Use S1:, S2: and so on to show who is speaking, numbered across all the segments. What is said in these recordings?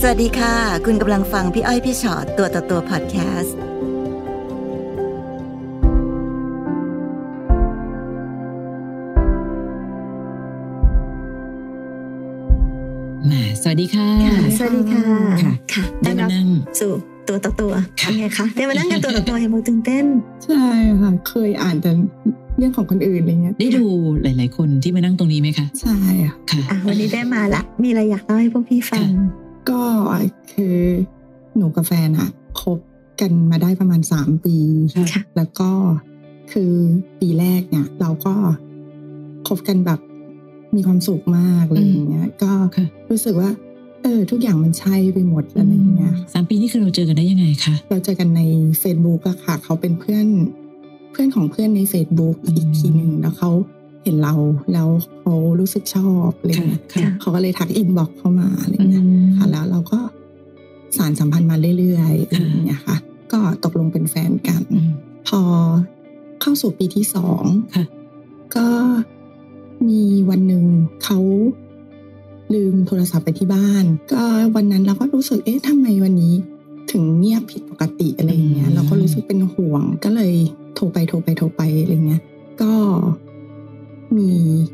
S1: สวัสดีค่ะ คุณกำลังฟังพี่อ้อยพี่ชอตตัวต่อตัวพอดแคสต์
S2: แหมสวัสดีค่ะ
S3: ค่ะสวัสดีค่ะ
S2: ค่ะ
S3: ค่ะ
S2: ได้มา
S3: ได้รับ
S2: นั่ง
S3: สู่ตัวต่อตัว
S2: ค่ะ
S3: เป็นไงคะ ได้มานั่งกันตัวต่อตัวเห็นบอกตื่นเต้น
S4: ใช่ค่ะ เคยอ่านแต่เรื่องของคนอื่นอะไรเงี้ย
S2: ได้ดูหลาย ๆ คนที่มานั่งตรงนี้ไหมคะ
S4: ใช่ค่ะ
S2: ค่ะ
S3: อ่ะ วันนี้ได้มาละ มีอะไรอยากเล่าให้พวกพี่ฟัง
S4: ก็คือหนูกับแฟนอ่ะคบกันมาได้ประมาณสามปี
S3: ค่ะ
S4: แล้วก็คือปีแรกเนี่ย เราก็คบกันแบบมีความสุขมากอะไรอย่างเงี้ย ก็
S2: ค่ะ
S4: รู้สึกว่า เออ ทุกอย่างมันใช่ไปหมดอะไรอย่างเงี้ยค่ะ
S2: สามปีนี่คือเราเจอกันได้ยังไงคะ
S4: เราเจอกันใน Facebook อะค่ะ เขาเป็นเพื่อนเพื่อนของเพื่อนใน Facebook
S2: อืม
S4: อีกทีหนึ่งแล้วเขาเห็นเราแล้วเขารู้สึกชอบอะไร
S2: ค่ะ
S4: เงี้ย
S2: ค่ะ
S4: เขาก็เลยทักอินบอกเข้ามาอะไร
S2: อื
S4: เงี้ย
S2: ม
S4: ค่ะแล้วเราก็สารสัมพันธ์มาเรื่อยๆอะ
S2: ค่ะ
S4: ไรเงี้ยค่ะ ก็ตกลงเป็นแฟนกัน
S2: อืม
S4: พอเข้าสู่ปีที่สอง
S2: ค่ะ
S4: ก็มีวันหนึ่งเขาลืมโทรศัพท์ไปที่บ้าน ก็วันนั้นเราก็รู้สึกเอ๊ะทำไมวันนี้ ถึงเงียบผิดปกติอะไรอย่างเงี้ย เราก็รู้สึกเป็นห่วง ก็เลยโทรไปโทรไปโทรไปอะไรเงี้ย ก็มี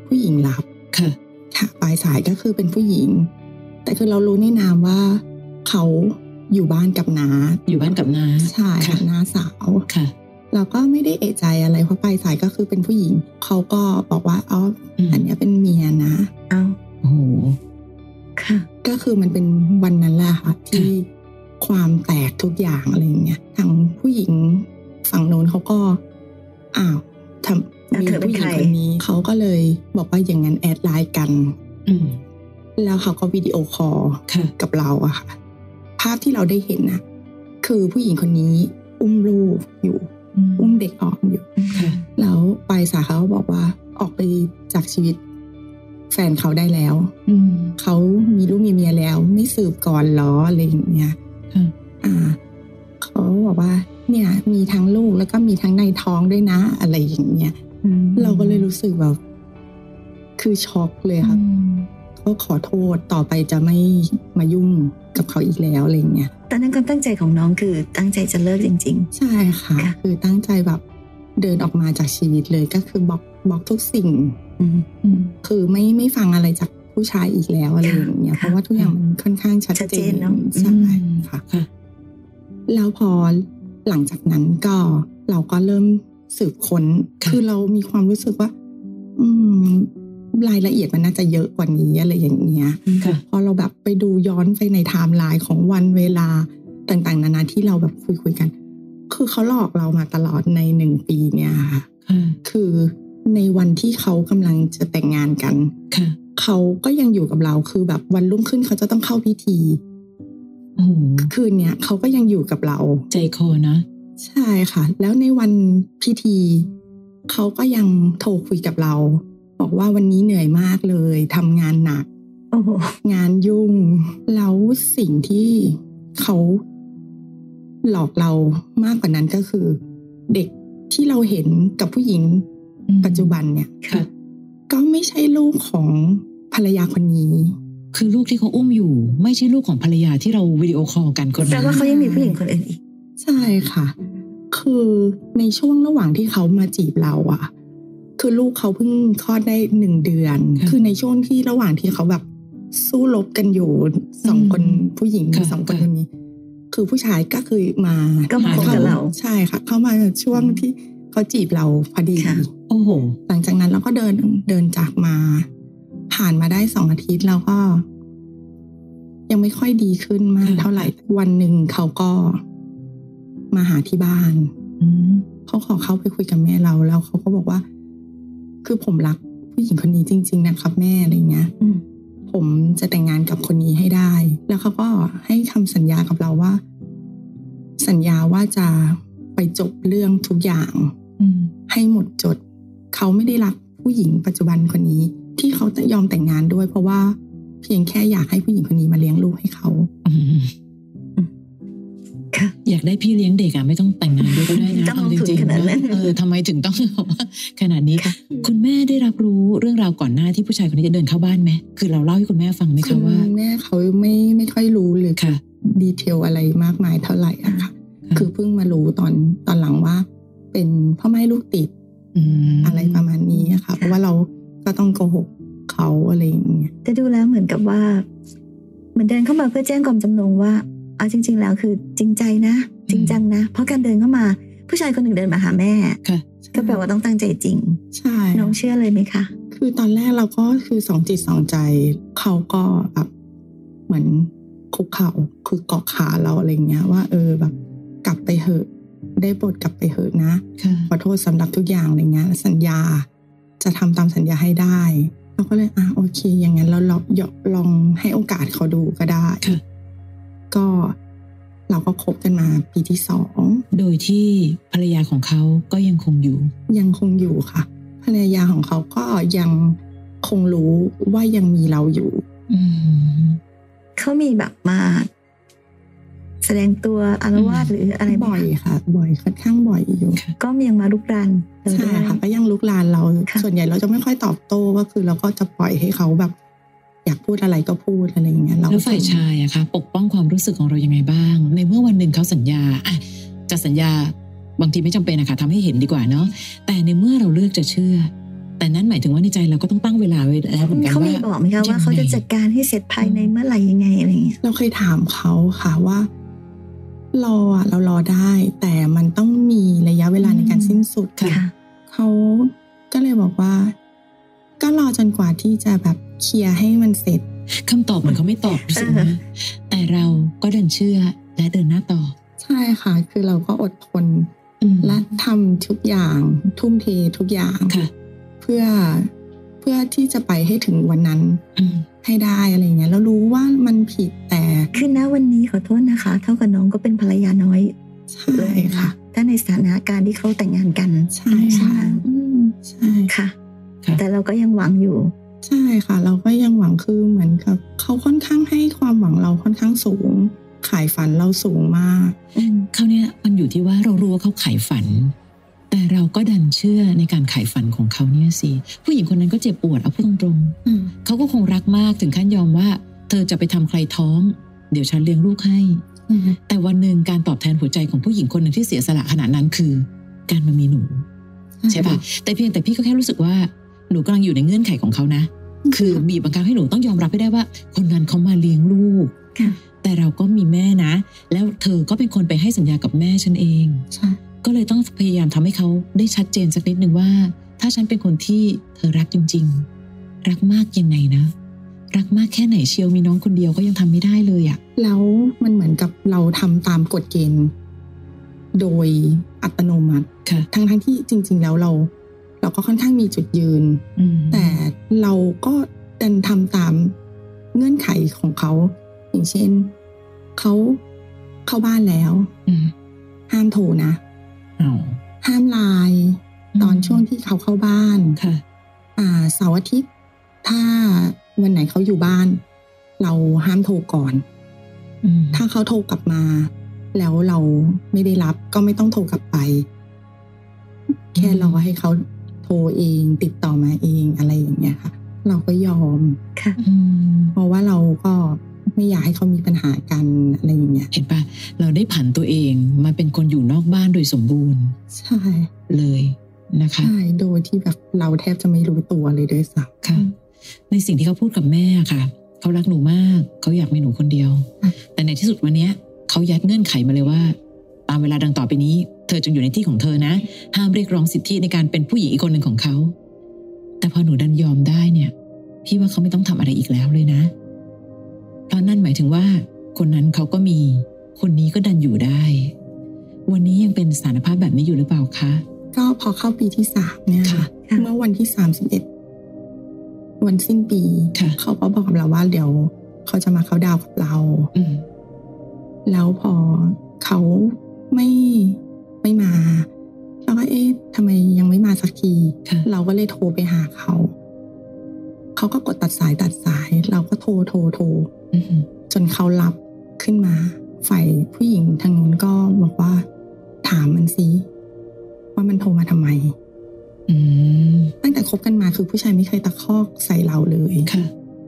S4: ผู้หญิงรับ
S2: ค่ะ
S4: ค่ะปลายสายก็คือเป็นผู้หญิง แต่คือเรารู้ในนามว่าเขาอยู่บ้านกับน้า
S2: อยู่บ้านกับน้า
S4: ใช่
S2: ค่ะ
S4: ค่ะน้าสาว
S2: ค่ะ
S4: เราก็ไม่ได้เอะใจอะไรเพราะปลายสายก็คือเป็นผู้หญิง เขาก็บอกว่าอ๋อ
S2: อืม
S4: อันเนี้ยเป็นเมียนะ
S3: เอา
S2: โอ้โห
S3: ค่ะ
S4: ก็คือมันเป็นวันนั้นแหละค่ะที่ความแตกทุกอย่างอะไรอย่างเงี้ยทางผู้หญิงฝั่งโน้นเขาก็อ้าวทำ
S3: แล้ว
S4: มี
S3: เธอเป็น
S4: ผู้หญิง
S3: ใคร
S4: คนนี้เขาก็เลยบอกว่าอย่างนั้นแอดไลน์กัน
S2: อืม
S4: แล้วเขาก็วิดีโอคอล
S2: ค่ะ
S4: กับเราอะค่ะ ภาพที่เราได้เห็นนะคือผู้หญิงคนนี้อุ้มลูกอยู่ อุ้มเด็กออกอยู่
S2: ค่ะ
S4: แล้วปลายสายเขาก็บอกว่าออกไปจากชีวิต แฟนเขาได้แล้ว
S2: อืม
S4: เขามีลูกมีเมียแล้ว ไม่สืบก่อนเหรออะไรอย่างเงี้ย
S2: ค่ะ
S4: อ่า เขาบอกว่า เนี่ย มีทั้งลูกแล้วก็มีทั้งในท้องด้วยนะ อะไรอย่างเงี้ยเราก็เลยรู้สึกแบบ คือช็อกเลยค่ะ
S2: อืม
S4: ก็ขอโทษต่อไปจะไม่มายุ่งกับเขาอีกแล้วอะไรอย่างเงี้ย
S3: ตอนนั้นความตั้งใจของน้องคือตั้งใจจะเลิกจริง
S4: ใช่ค่ะ
S3: ค่ะ
S4: คือตั้งใจแบบเดินออกมาจากชีวิตเลยก็คือบล็อกบล็อกทุกสิ่ง
S3: ๆ อืม
S2: อืม
S4: คือไม่ไม่ฟังอะไรจากผู้ชายอีกแล้วอะไรอย่างเงี้ย
S3: ค่ะ
S4: เพราะว่าทุกอย่างมันค่อนข้างชัด
S3: ชัด
S4: เจ
S3: เจ
S4: น
S3: นเนอะ
S4: ใช่
S2: อืม
S4: ค่ะ
S2: ค่ะ
S4: แล้วพอหลังจากนั้นก็เราก็เริ่มสืบค้น
S2: ค่ะ
S4: คือเรามีความรู้สึกว่า อืม รายละเอียดมันน่าจะเยอะกว่านี้อะไรอย่างเงี้ย
S2: ค่ะ
S4: พอเราแบบไปดูย้อนไปในไทม์ไลน์ของวันเวลาต่างๆ นานาที่เราแบบคุยคุยๆกัน คือเขาหลอกเรามาตลอดในหนึ่งปีเนี่ยค่ะ
S2: ค่ะ
S4: คือในวันที่เขากำลังจะแต่งงานกัน
S2: ค่ะ
S4: เขาก็ยังอยู่กับเราคือแบบวันรุ่งขึ้นเขาจะต้องเข้าพิธี
S2: โอ้โห
S4: คืนเนี้ยเขาก็ยังอยู่กับเรา
S2: ใจคอนะ
S4: ใช่ค่ะ แล้วในวันพิธี เขาก็ยังโทรคุยกับเรา บอกว่าวันนี้เหนื่อยมากเลยทำงานหนัก
S3: โอ้โห
S4: งานยุ่ง แล้วสิ่งที่เขาหลอกเรามากกว่านั้นก็คือ เด็กที่เราเห็นกับผู้หญิง
S2: อืม
S4: ปัจจุบันเนี่ย
S2: ค่ะ
S4: ก็ไม่ใช่ลูกของภรรยาคนนี้
S2: คือลูกที่เขาอุ้มอยู่ ไม่ใช่ลูกของภรรยาที่เราวิดีโอคอลกันคน
S3: แปล
S2: นั้น
S3: ว่าเขายังมีผู้หญิงคนอื่นอีก
S4: ใช่ค่ะ คือในช่วงระหว่างที่เขามาจีบเราอะคือลูกเขาเพิ่งคลอดได้หนึ่งเดือน คือในช่วงที่ระหว่างที่เขาแบบสู้รบกันอยู่สองคนผู้หญิงสองคนคนนี้ คือผู้ชายก็คือมา
S3: ก็มาคบกับเรา
S4: ใช่ค่ะ เข้ามาช่วงที่เขาจีบเราพอดี
S3: ค่ะ
S2: โอ้โห
S4: หลังจากนั้นเราก็เดินเดินจากมา ผ่านมาได้สองอาทิตย์แล้วก็ ยังไม่ค่อยดีขึ้นมาก
S2: ค่ะ
S4: เท่าไหร่วันหนึ่งเขาก็มาหาที่บ้าน
S2: อืม
S4: เขาขอเข้าไปคุยกับแม่เราแล้วเขาก็บอกว่า คือผมรักผู้หญิงคนนี้จริง ๆ นะครับแม่อะไรเงี้ย
S3: อืม
S4: ผมจะแต่งงานกับคนนี้ให้ได้ แล้วเขาก็ให้คำสัญญากับเราว่า สัญญาว่าจะไปจบเรื่องทุกอย่าง
S2: อืม
S4: ให้หมดจด เขาไม่ได้รักผู้หญิงปัจจุบันคนนี้ ที่เขายอมแต่งงานด้วย เพราะว่าเพียงแค่อยากให้ผู้หญิงคนนี้มาเลี้ยงลูกให้เขา
S2: อืม
S3: ค่ะ
S2: อยากได้พี่เลี้ยงเด็กอะไม่ต้องแต่งงานด้วยก็ได้นะ
S3: ต้อง
S2: เอา
S3: ล
S2: จ
S3: งทุน
S2: ริง
S3: ข
S2: ๆ
S3: นาดนั้น
S2: เออทำไมถึงต้องแบบว่าขนาดนี้
S3: ค่ะ
S2: คุณแม่ได้รับรู้เรื่องราวก่อนหน้าที่ผู้ชายคนนี้จะเดินเข้าบ้านไหมคือเราเล่าให้คุณแม่ฟังไหม
S4: คุ
S2: คะ
S4: ณ
S2: ว่า
S4: แม่เขาไม่ไม่ค่อยรู้หรือ
S2: ค่ะ
S4: ดีเทลอะไรมากมายเท่าไหร่อะค่ะ
S2: ค่ะ
S4: คือเพิ่งมารู้ตอนตอนหลังว่า เป็นพ่อแม่ลูกติด
S2: อืม
S4: อะไรประมาณนี้อะค่ะ เพราะว่าเราก็ต้องโกหกเขาอะไรอย่างเงี้ย
S3: แต่ดูแล้วเหมือนกับว่าเหมือนเดินเข้ามาเพื่อแจ้งความจำนงว่าเอาจริง ๆ แล้วคือจริงใจนะ จริงจังนะ เพราะการเดินเข้ามา ผู้ชายคนหนึ่งเดินมาหาแม่
S2: ค่ะ
S3: ก็แปลว่าต้องตั้งใจจริง
S4: ใช่
S3: น้องเชื่อเลยไหมคะ
S4: คือตอนแรกเราก็คือสองจิตสองใจ เขาก็แบบเหมือนคุกเข่าคือเกาะขาเราอะไรอย่างเงี้ย ว่าเออแบบ กลับไปเหอะ ได้โปรดกลับไปเหอะนะ
S2: ค่ะ
S4: ขอโทษสำหรับทุกอย่างอะไรเงี้ยสัญญาจะทำตามสัญญาให้ได้เราก็เลยอ่ะโอเค อย่างนั้นเราลองลองให้โอกาสเขาดูก็ได้
S2: ค่ะ
S4: ก็เราก็คบกันมาปีที่สอง
S2: โดยที่ภรรยาของเขาก็ยังคงอยู่
S4: ยังคงอยู่ค่ะภรรยาของเขาก็ยังคงรู้ว่ายังมีเราอยู่
S2: อืม
S3: เขามีแบบมา แสดงตัวอารวาสหรืออะไรไหมคะ
S4: บ่อยค่ะ บ่อยค่อนข้างบ่อยอยู่
S2: ค่ะ
S3: ก็ยังมาลุกรานเรา
S4: ใช่
S3: ด้วย
S4: ค่ะก็ยังลุกลานเรา
S3: ค่ะ
S4: ส่วนใหญ่เราจะไม่ค่อยตอบโต้ก็คือเราก็จะปล่อยให้เขาแบบ อยากพูดอะไรก็พูดอะไรอย่างเงี้ยเราก็
S2: แล้วฝ่ายชายอะคะปกป้องความรู้สึกของเรายังไงบ้าง ในเมื่อวันหนึ่งเขาสัญญาอะจะสัญญาบางทีไม่จำเป็นนะคะทำให้เห็นดีกว่าเนาะแต่ในเมื่อเราเลือกจะเชื่อ แต่นั่นหมายถึงว่าในใจเราก็ต้องตั้งเวลาไว้แล้วเหมือนกัน
S3: เขามี
S2: ว่า
S3: บอกไหมคะว่าเขาจะจัดการให้เสร็จภายในเมื่อไหร่ยังไงอะไรอย่างเงี้ย
S4: เราเคยถามเขาค่ะว่า รออะเรารอได้ แต่มันต้องมีระยะเวลาในการสิ้นสุด
S2: ค่ะ
S4: เขาก็เลยบอกว่า ก็รอจนกว่าที่จะแบบเคลียร์ให้มันเสร็จ
S2: คำตอบเหมือนเขาไม่ตอบสินะแต่เราก็เดินเชื่อและเดินหน้าต่อ
S4: ใช่ค่ะ คือเราก็อดทน
S2: อืม
S4: และทำทุกอย่าง ทุ่มเททุกอย่าง
S2: ค่ะ
S4: เพื่อเพื่อที่จะไปให้ถึงวันนั้น
S2: อืม
S4: ให้ได้อะไรเงี้ยแล้วรู้ว่ามันผิดแต่
S3: คือณวันนี้ขอโทษนะคะ เท่ากับน้องก็เป็นภรรยาน้อย
S4: ใช่
S3: เลยน
S4: ค่ะ
S3: ถ้าในสถานะการที่เขาแต่งงานกัน
S4: ใช่
S3: ใช่ไห
S4: ค่ะ
S3: มอืม
S4: ใช่
S3: ค่ะ
S2: ค่ะ
S3: แต่เราก็ยังหวังอยู่
S4: ใช่ค่ะ เราก็ยังหวังคือเหมือนกับเขาค่อนข้างให้ความหวังเราค่อนข้างสูง ขายฝันเราสูงมาก
S3: อืม
S2: คราวเนี้ยมันอยู่ที่ว่าเรารู้ว่าเขาขายฝัน แต่เราก็ดันเชื่อในการขายฝันของเขาเนี่ยสิผู้หญิงคนนั้นก็เจ็บปวดเอาพูดตรงๆเขาก็คงรักมากถึงขั้นยอมว่า เธอจะไปทำใครท้อง เดี๋ยวฉันเลี้ยงลูกให้ แต่วันหนึ่งการตอบแทนหัวใจของผู้หญิงคนหนึ่งที่เสียสละขนาดนั้นคือ การมามีหนู ใช่ปะแต่เพียงแต่พี่ก็แค่รู้สึกว่าหนูกำลังอยู่ในเงื่อนไขของเขานะ คือบีบบังคับให้หนูต้องยอมรับให้ได้ว่า คนนั้นเขามาเลี้ยงลูก
S3: ค่ะ
S2: แต่เราก็มีแม่นะ แล้วเธอก็เป็นคนไปให้สัญญากับแม่ฉันเอง
S4: ใช่
S2: ก็เลยต้องพยายามทำให้เขาได้ชัดเจนสักนิดหนึ่งว่า ถ้าฉันเป็นคนที่เธอรักจริง ๆ รักมากยังไงนะ รักมากแค่ไหนเชียวมีน้องคนเดียวก็ยังทำไม่ได้เลยอะ่ะ
S4: แล้วมันเหมือนกับเราทำตามกฎเกณฑ์ โดยอัตโนมัติ
S2: ค่ะ
S4: ทั้งทั้งๆที่จริง ๆ แล้วเรา เราก็ค่อนข้างมีจุดยืน
S2: อืม
S4: แต่เราก็ดันทำตามเงื่อนไขของเขา อย่างเช่นเขาเข้าบ้านแล้ว
S2: อืม
S4: ห้ามโทรนะ
S2: เอา
S4: ห้ามไลน์ตอนช่วงที่เขาเข้าบ้าน
S2: ค่ะ
S4: อ่าเสาร์อาทิตย์ถ้าวันไหนเขาอยู่บ้าน เราห้ามโทรก่อน
S2: อืม
S4: ถ้าเขาโทรกลับมา แล้วเราไม่ได้รับก็ไม่ต้องโทรกลับไป แค่รอให้เขาโทรเองติดต่อมาเองอะไรอย่างเงี้ยค่ะ เราก็ยอม
S3: ค่ะ
S2: อืม
S4: เพราะว่าเราก็ไม่อยากให้เขามีปัญหากันอะไรอย่างเงี้ย
S2: เห็นปะเราได้ผันตัวเองมาเป็นคนอยู่นอกบ้านโดยสมบูรณ์
S4: ใช่
S2: เลยนะคะ
S4: ใช่โดยที่แบบเราแทบจะไม่รู้ตัวเลยด้วยซ้ำ
S2: ค่ะ ในสิ่งที่เขาพูดกับแม่ค่ะ เขารักหนูมาก เขาอยากมีหนูคนเดียว
S4: ค่ะ
S2: แต่ในที่สุดวันเนี้ยเขายัดเงื่อนไขมาเลยว่า ตามเวลาดังต่อไปนี้ เธอจงอยู่ในที่ของเธอนะ ห้ามเรียกร้องสิทธิในการเป็นผู้หญิงอีกคนหนึ่งของเขา แต่พอหนูดันยอมได้เนี่ย พี่ว่าเขาไม่ต้องทำอะไรอีกแล้วเลยนะ เพราะนั่นหมายถึงว่า คนนั้นเขาก็มี คนนี้ก็ดันอยู่ได้ วันนี้ยังเป็นสถานภาพแบบนี้อยู่หรือเปล่าคะ
S4: ก็พอเข้าปีที่สามเนี่ย
S2: ค่ะ
S4: ค่ะ
S3: ค่ะ
S4: เมื่อวันที่สามสิบเอ็ดวันสิ้นปี
S2: ค่ะ
S4: เขาก็บอกกับเราว่าเดี๋ยวเขาจะมาเขาน์ดาวน์กับเรา
S2: อืม
S4: แล้วพอเขาไม่ไม่มาเราก็เอ๊ะทำไมยังไม่มาสักที
S2: ค่ะ
S4: เราก็เลยโทรไปหาเขา เขาก็กดตัดสายตัดสาย เราก็โทรโทรโทร
S2: อืม
S4: จนเขารับขึ้นมา ฝ่ายผู้หญิงทางนู้นก็บอกว่า ถามมันซิว่ามันโทรมาทำไม
S2: อืม
S4: ตั้งแต่คบกันมาคือผู้ชายไม่เคยตะคอกใส่เราเลย
S2: ค่ะ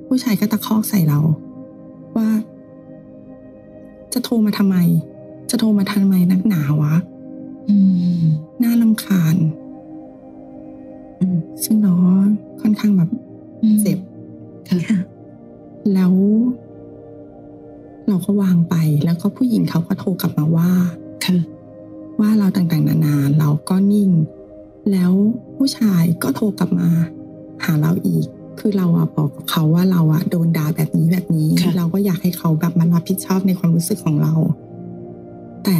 S4: ผู้ชายก็ตะคอกใส่เรา ว่า จะโทรมาทำไม จะโทรมาทำไมนักหนาวะ
S2: อืม
S4: น่าลำคาญ ซึ่งเราก็ค่อนข้างแบบ
S2: อืม
S4: เจ็บ
S2: ค่ะ
S3: ค่ะ
S4: แล้ว เราก็วางไป แล้วก็ผู้หญิงเขาก็โทรกลับมาว่า
S2: ค่ะ
S4: ว่าเราต่างๆ นานาเราก็นิ่ง แล้วผู้ชายก็โทรกลับมา หาเราอีก คือเราอะบอกกับเขาว่าเราอะโดนด่าแบบนี้แบบนี้
S2: ค่ะ
S4: เราก็อยากให้เขาแบบมารับผิดชอบในความรู้สึกของเรา แต่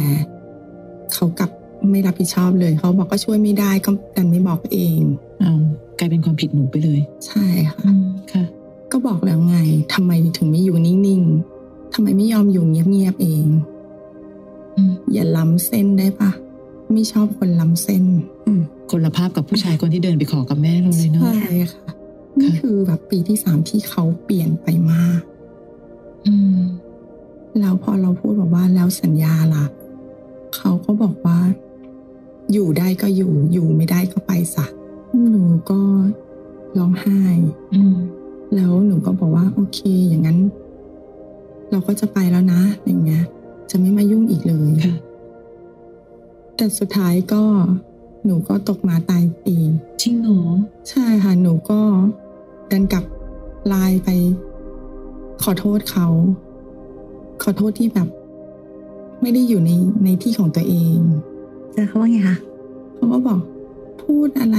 S4: เขากลับไม่รับผิดชอบเลย เขาบอกก็ช่วยไม่ได้ก็ดันไม่บอกเอง
S2: เอากลายเป็นความผิดหนูไปเลย
S4: ใช่ค่ะ
S2: อืมค่ะ
S4: ก็บอกแล้วไง ทำไมถึงไม่อยู่นิ่งๆ ทำไมไม่ยอมอยู่เงียบๆเอง
S2: อืม
S4: อย่าล้ำเส้นได้ปะ ไม่ชอบคนล้ำเส้น
S2: คนละภาพกับผู้ชายคนที่เดินไปขอกับแม่เราเลยเนาะ
S4: ใช่ค่ะ นี่คือแบบปีที่สามที่เขาเปลี่ยนไปมาก
S2: อืม
S4: แล้วพอเราพูดบอกว่าแล้วสัญญาล่ะ เขาก็บอกว่า อยู่ได้ก็อยู่ อยู่ไม่ได้ก็ไปซะหนูก็ร้องไห้
S2: อืม
S4: แล้วหนูก็บอกว่า โอเค อย่างนั้น เราก็จะไปแล้วนะอย่างเงี้ย จะไม่มายุ่งอีกเลย
S2: ค่ะ
S4: แต่สุดท้ายก็ หนูก็ตกมาตายเอง
S2: จริงเหรอ
S4: ใช่ค่ะหนูก็ดันกลับไลน์ไป ขอโทษเขา ขอโทษที่แบบ ไม่ได้อยู่ในในที่ของตัวเอง
S3: แล้วเขาว่าไงคะ
S4: เขาก็บอกพูดอะไร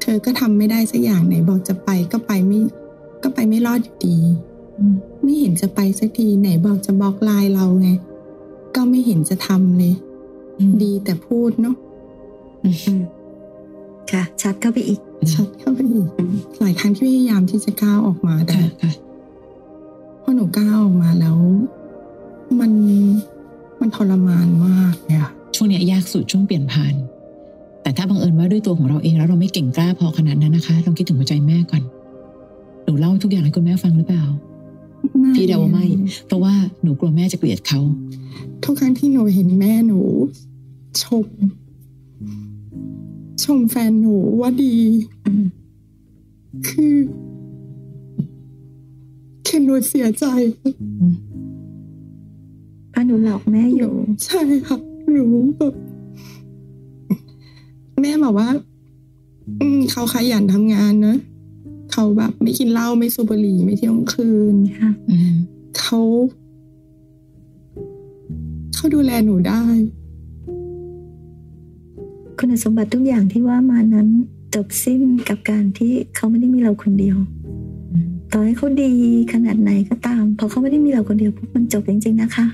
S4: เธอก็ทำไม่ได้สักอย่างไหนบอกจะไปก็ไปไม่ ก็ไปไม่รอดอยู่ดี
S2: อืม
S4: ไม่เห็นจะไปสักทีไหนบอกจะบล็อกไลน์เราไง ก็ไม่เห็นจะทำเลย
S2: อืม
S4: ดีแต่พูดเนาะ
S2: อืม
S3: ค่ะ ชัดเข้าไปอีก
S2: อืม
S4: ชัดเข้าไปอีกหลายครั้งที่พยายามที่จะก้าวออกมาแต่
S2: ค่ะค่ะ
S4: พอหนูก้าวออกมาแล้ว มันมันทรมานมากเลยอะ
S2: ช่วงเนี้ยยากสุดช่วงเปลี่ยนผ่าน แต่ถ้าบังเอิญว่าด้วยตัวของเราเองแล้วเราไม่เก่งกล้าพอขนาดนั้นนะคะลองคิดถึงหัวใจแม่ก่อน หนูเล่าทุกอย่างให้คุณแม่ฟังหรือเปล่า
S4: ไม่
S2: พี่เดาว่าไม่ เพราะว่าหนูกลัวแม่จะเกลียดเขา
S4: ทุกครั้งที่หนูเห็นแม่หนู ชม ชมแฟนหนูว่าดี คือเคนหนูเสียใจ
S3: เพราะหนูหลอกแม่อยู่
S4: ใช่ค่ะรู้แบบแม่บอกว่า อืมเขาขยันทำงานนะเขาแบบไม่กินเหล้าไม่สูบบุหรี่ไม่เที่ยวกลางคืน
S3: ค่ะ
S2: อืม
S4: เขาเขาดูแลหนูได้
S3: คุณสมบัติทุกอย่างที่ว่ามานั้น จบสิ้นกับการที่เขาไม่ได้มีเราคนเดียว ต่อให้เขาดีขนาดไหนก็ตาม พอเขาไม่ได้มีเราคนเดียวปุ๊บมันจบจริงๆนะคะ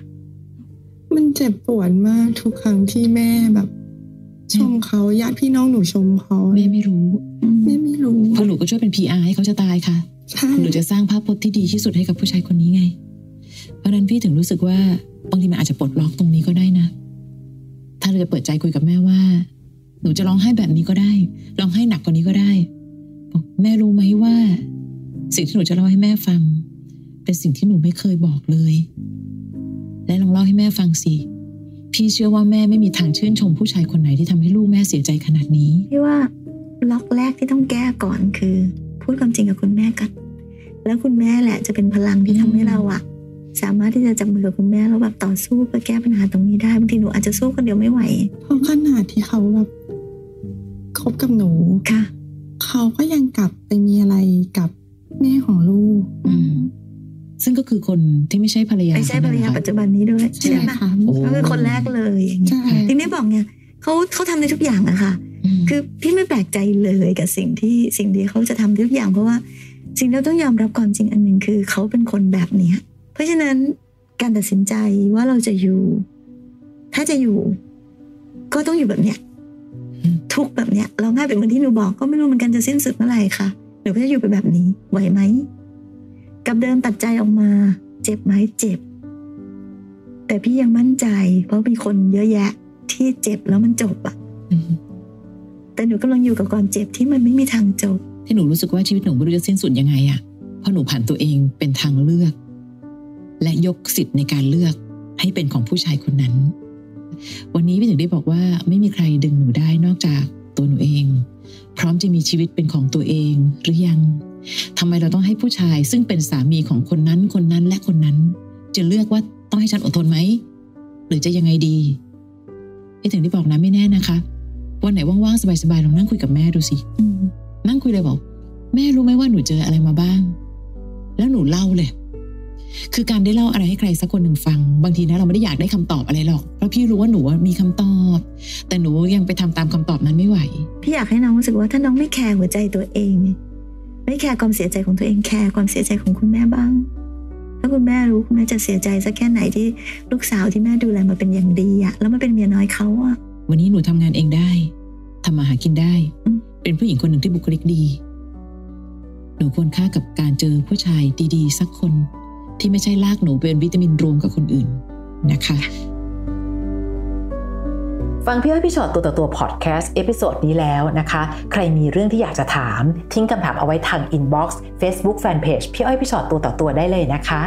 S4: มันเจ็บปวดมากทุกครั้งที่แม่แบบ ชมเขาญาติพี่น้องหนูชมเขา
S2: แม่ไม่รู้
S3: อืม
S4: แม่ไม่รู้
S2: เพราะหนูก็ช่วยเป็น PR ให้เขาจะตายค่ะ
S4: ใช่
S2: หนูจะสร้างภาพพจน์ที่ดีที่สุดให้กับผู้ชายคนนี้ไง เพราะฉะนั้นพี่ถึงรู้สึกว่าบางทีมันอาจจะปลดล็อกตรงนี้ก็ได้นะ ถ้าเราจะเปิดใจคุยกับแม่ว่า หนูจะร้องไห้แบบนี้ก็ได้ร้องไห้หนักกว่านี้ก็ได้บอกแม่รู้ไหมว่า สิ่งที่หนูจะเล่าให้แม่ฟัง เป็นสิ่งที่หนูไม่เคยบอกเลย และลองเล่าให้แม่ฟังสิ พี่เชื่อว่าแม่ไม่มีทางชื่นชมผู้ชายคนไหนที่ทำให้ลูกแม่เสียใจขนาดนี้
S3: พี่ว่าล็อกแรกที่ต้องแก้ก่อนคือ พูดความจริงกับคุณแม่กัน แล้วคุณแม่แหละจะเป็นพลังที่ทำให้เราอะสามารถที่จะจับมือกับคุณแม่แล้วแบบต่อสู้เพื่อแก้ปัญหาตรงนี้ได้บางทีหนูอาจจะสู้คนเดียวไม่ไหว
S4: เพราะขนาดที่เขาแบบคบกับหนู
S3: ค่ะ
S4: เขาก็ยังกลับไปมีอะไรกับแม่ของลูก
S3: อืม
S2: ซึ่งก็คือคนที่ไม่ใช่ภรรยา
S3: ไม่ใช่ภรรยา
S2: คนนั้นเหอคะ
S3: ปัจจุบันนี้ด้วยใช่ไหม
S4: คะ
S2: โอ้
S3: ก็คือคนแรกเลยอย่างเงี้ย
S4: ใช่
S3: ถึงได้บอกไงเขาเขาทำในทุกอย่างอะค่ะ
S2: ม
S3: คือพี่ไม่แปลกใจเลยกับสิ่งที่สิ่งที่เขาจะทำทุกอย่างเพราะว่าสิ่งที่เราต้องยอมรับความจริงอันหนึ่งคือเขาเป็นคนแบบเนี้ยเพราะฉะนั้นการตัดสินใจว่าเราจะอยู่ ถ้าจะอยู่ ก็ต้องอยู่แบบเนี้ย
S2: อืม
S3: ทุกข์แบบเนี้ยเราง่ายเป็นเหมือนที่หนูบอกก็ไม่รู้เหมือนกันจะสิ้นสุดเมื่อไหร่ค่ะหนูก็จะอยู่ไปแบบนี้ไหวไหมกับเดินตัดใจออกมา เจ็บไหมเจ็บ แต่พี่ยังมั่นใจ เพราะมีคนเยอะแยะ ที่เจ็บแล้วมันจบอะ
S2: อืม
S3: แต่หนูกำลังอยู่กับความเจ็บที่มันไม่มีทางจบ
S2: ที่หนูรู้สึกว่าชีวิตหนูไม่รู้จะสิ้นสุดยังไงอะเพราะหนูผ่านตัวเองเป็นทางเลือก และยกสิทธิ์ในการเลือก ให้เป็นของผู้ชายคนนั้น วันนี้พี่ถึงได้บอกว่าไม่มีใครดึงหนูได้นอกจากตัวหนูเอง พร้อมจะมีชีวิตเป็นของตัวเองหรือยังทำไมเราต้องให้ผู้ชาย ซึ่งเป็นสามีของคนนั้นคนนั้นและคนนั้น จะเลือกว่าต้องให้ฉันอดทนไหมหรือจะยังไงดีพี่ถึงได้บอกนะไม่แน่นะคะวันไหนว่างๆสบายๆลองนั่งคุยกับแม่ดูสิ
S3: อืม
S2: นั่งคุยเลยบอก แม่รู้ไหมว่าหนูเจออะไรมาบ้าง แล้วหนูเล่าเลย คือการได้เล่าอะไรให้ใครสักคนหนึ่งฟัง บางทีนะเราไม่ได้อยากได้คำตอบอะไรหรอกเพราะพี่รู้ว่าหนูอะมีคำตอบ แต่หนูยังไปทำตามคำตอบนั้นไม่ไหว
S3: พี่อยากให้น้องรู้สึกว่าถ้าน้องไม่แคร์หัวใจตัวเอง ไม่แคร์ความเสียใจของตัวเองแคร์ความเสียใจของคุณแม่บ้าง ถ้าคุณแม่รู้คุณแม่จะเสียใจสักแค่ไหนที่ลูกสาวที่แม่ดูแลมาเป็นอย่างดีอะแล้วมาเป็นเมียน้อยเขาอะ
S2: วันนี้หนูทำงานเองได้ทำมาหากินได้
S3: อืม
S2: เป็นผู้หญิงคนหนึ่งที่บุคลิกดี หนูควรค่ากับการเจอผู้ชายดีๆ สักคน ที่ไม่ใช่ลากหนูเป็นวิตามินรวมกับคนอื่นนะคะ
S5: ฟังพี่อ้อยพี่ชอตตัวต่อตัวพอดแคสต์เอพิโซดนี้แล้วนะคะ ใครมีเรื่องที่อยากจะถาม ทิ้งคำถามเอาไว้ทางอินบ็อกซ์เฟซบุ๊กแฟนเพจพี่อ้อยพี่ชอตตัวต่อตัวได้เลยนะคะ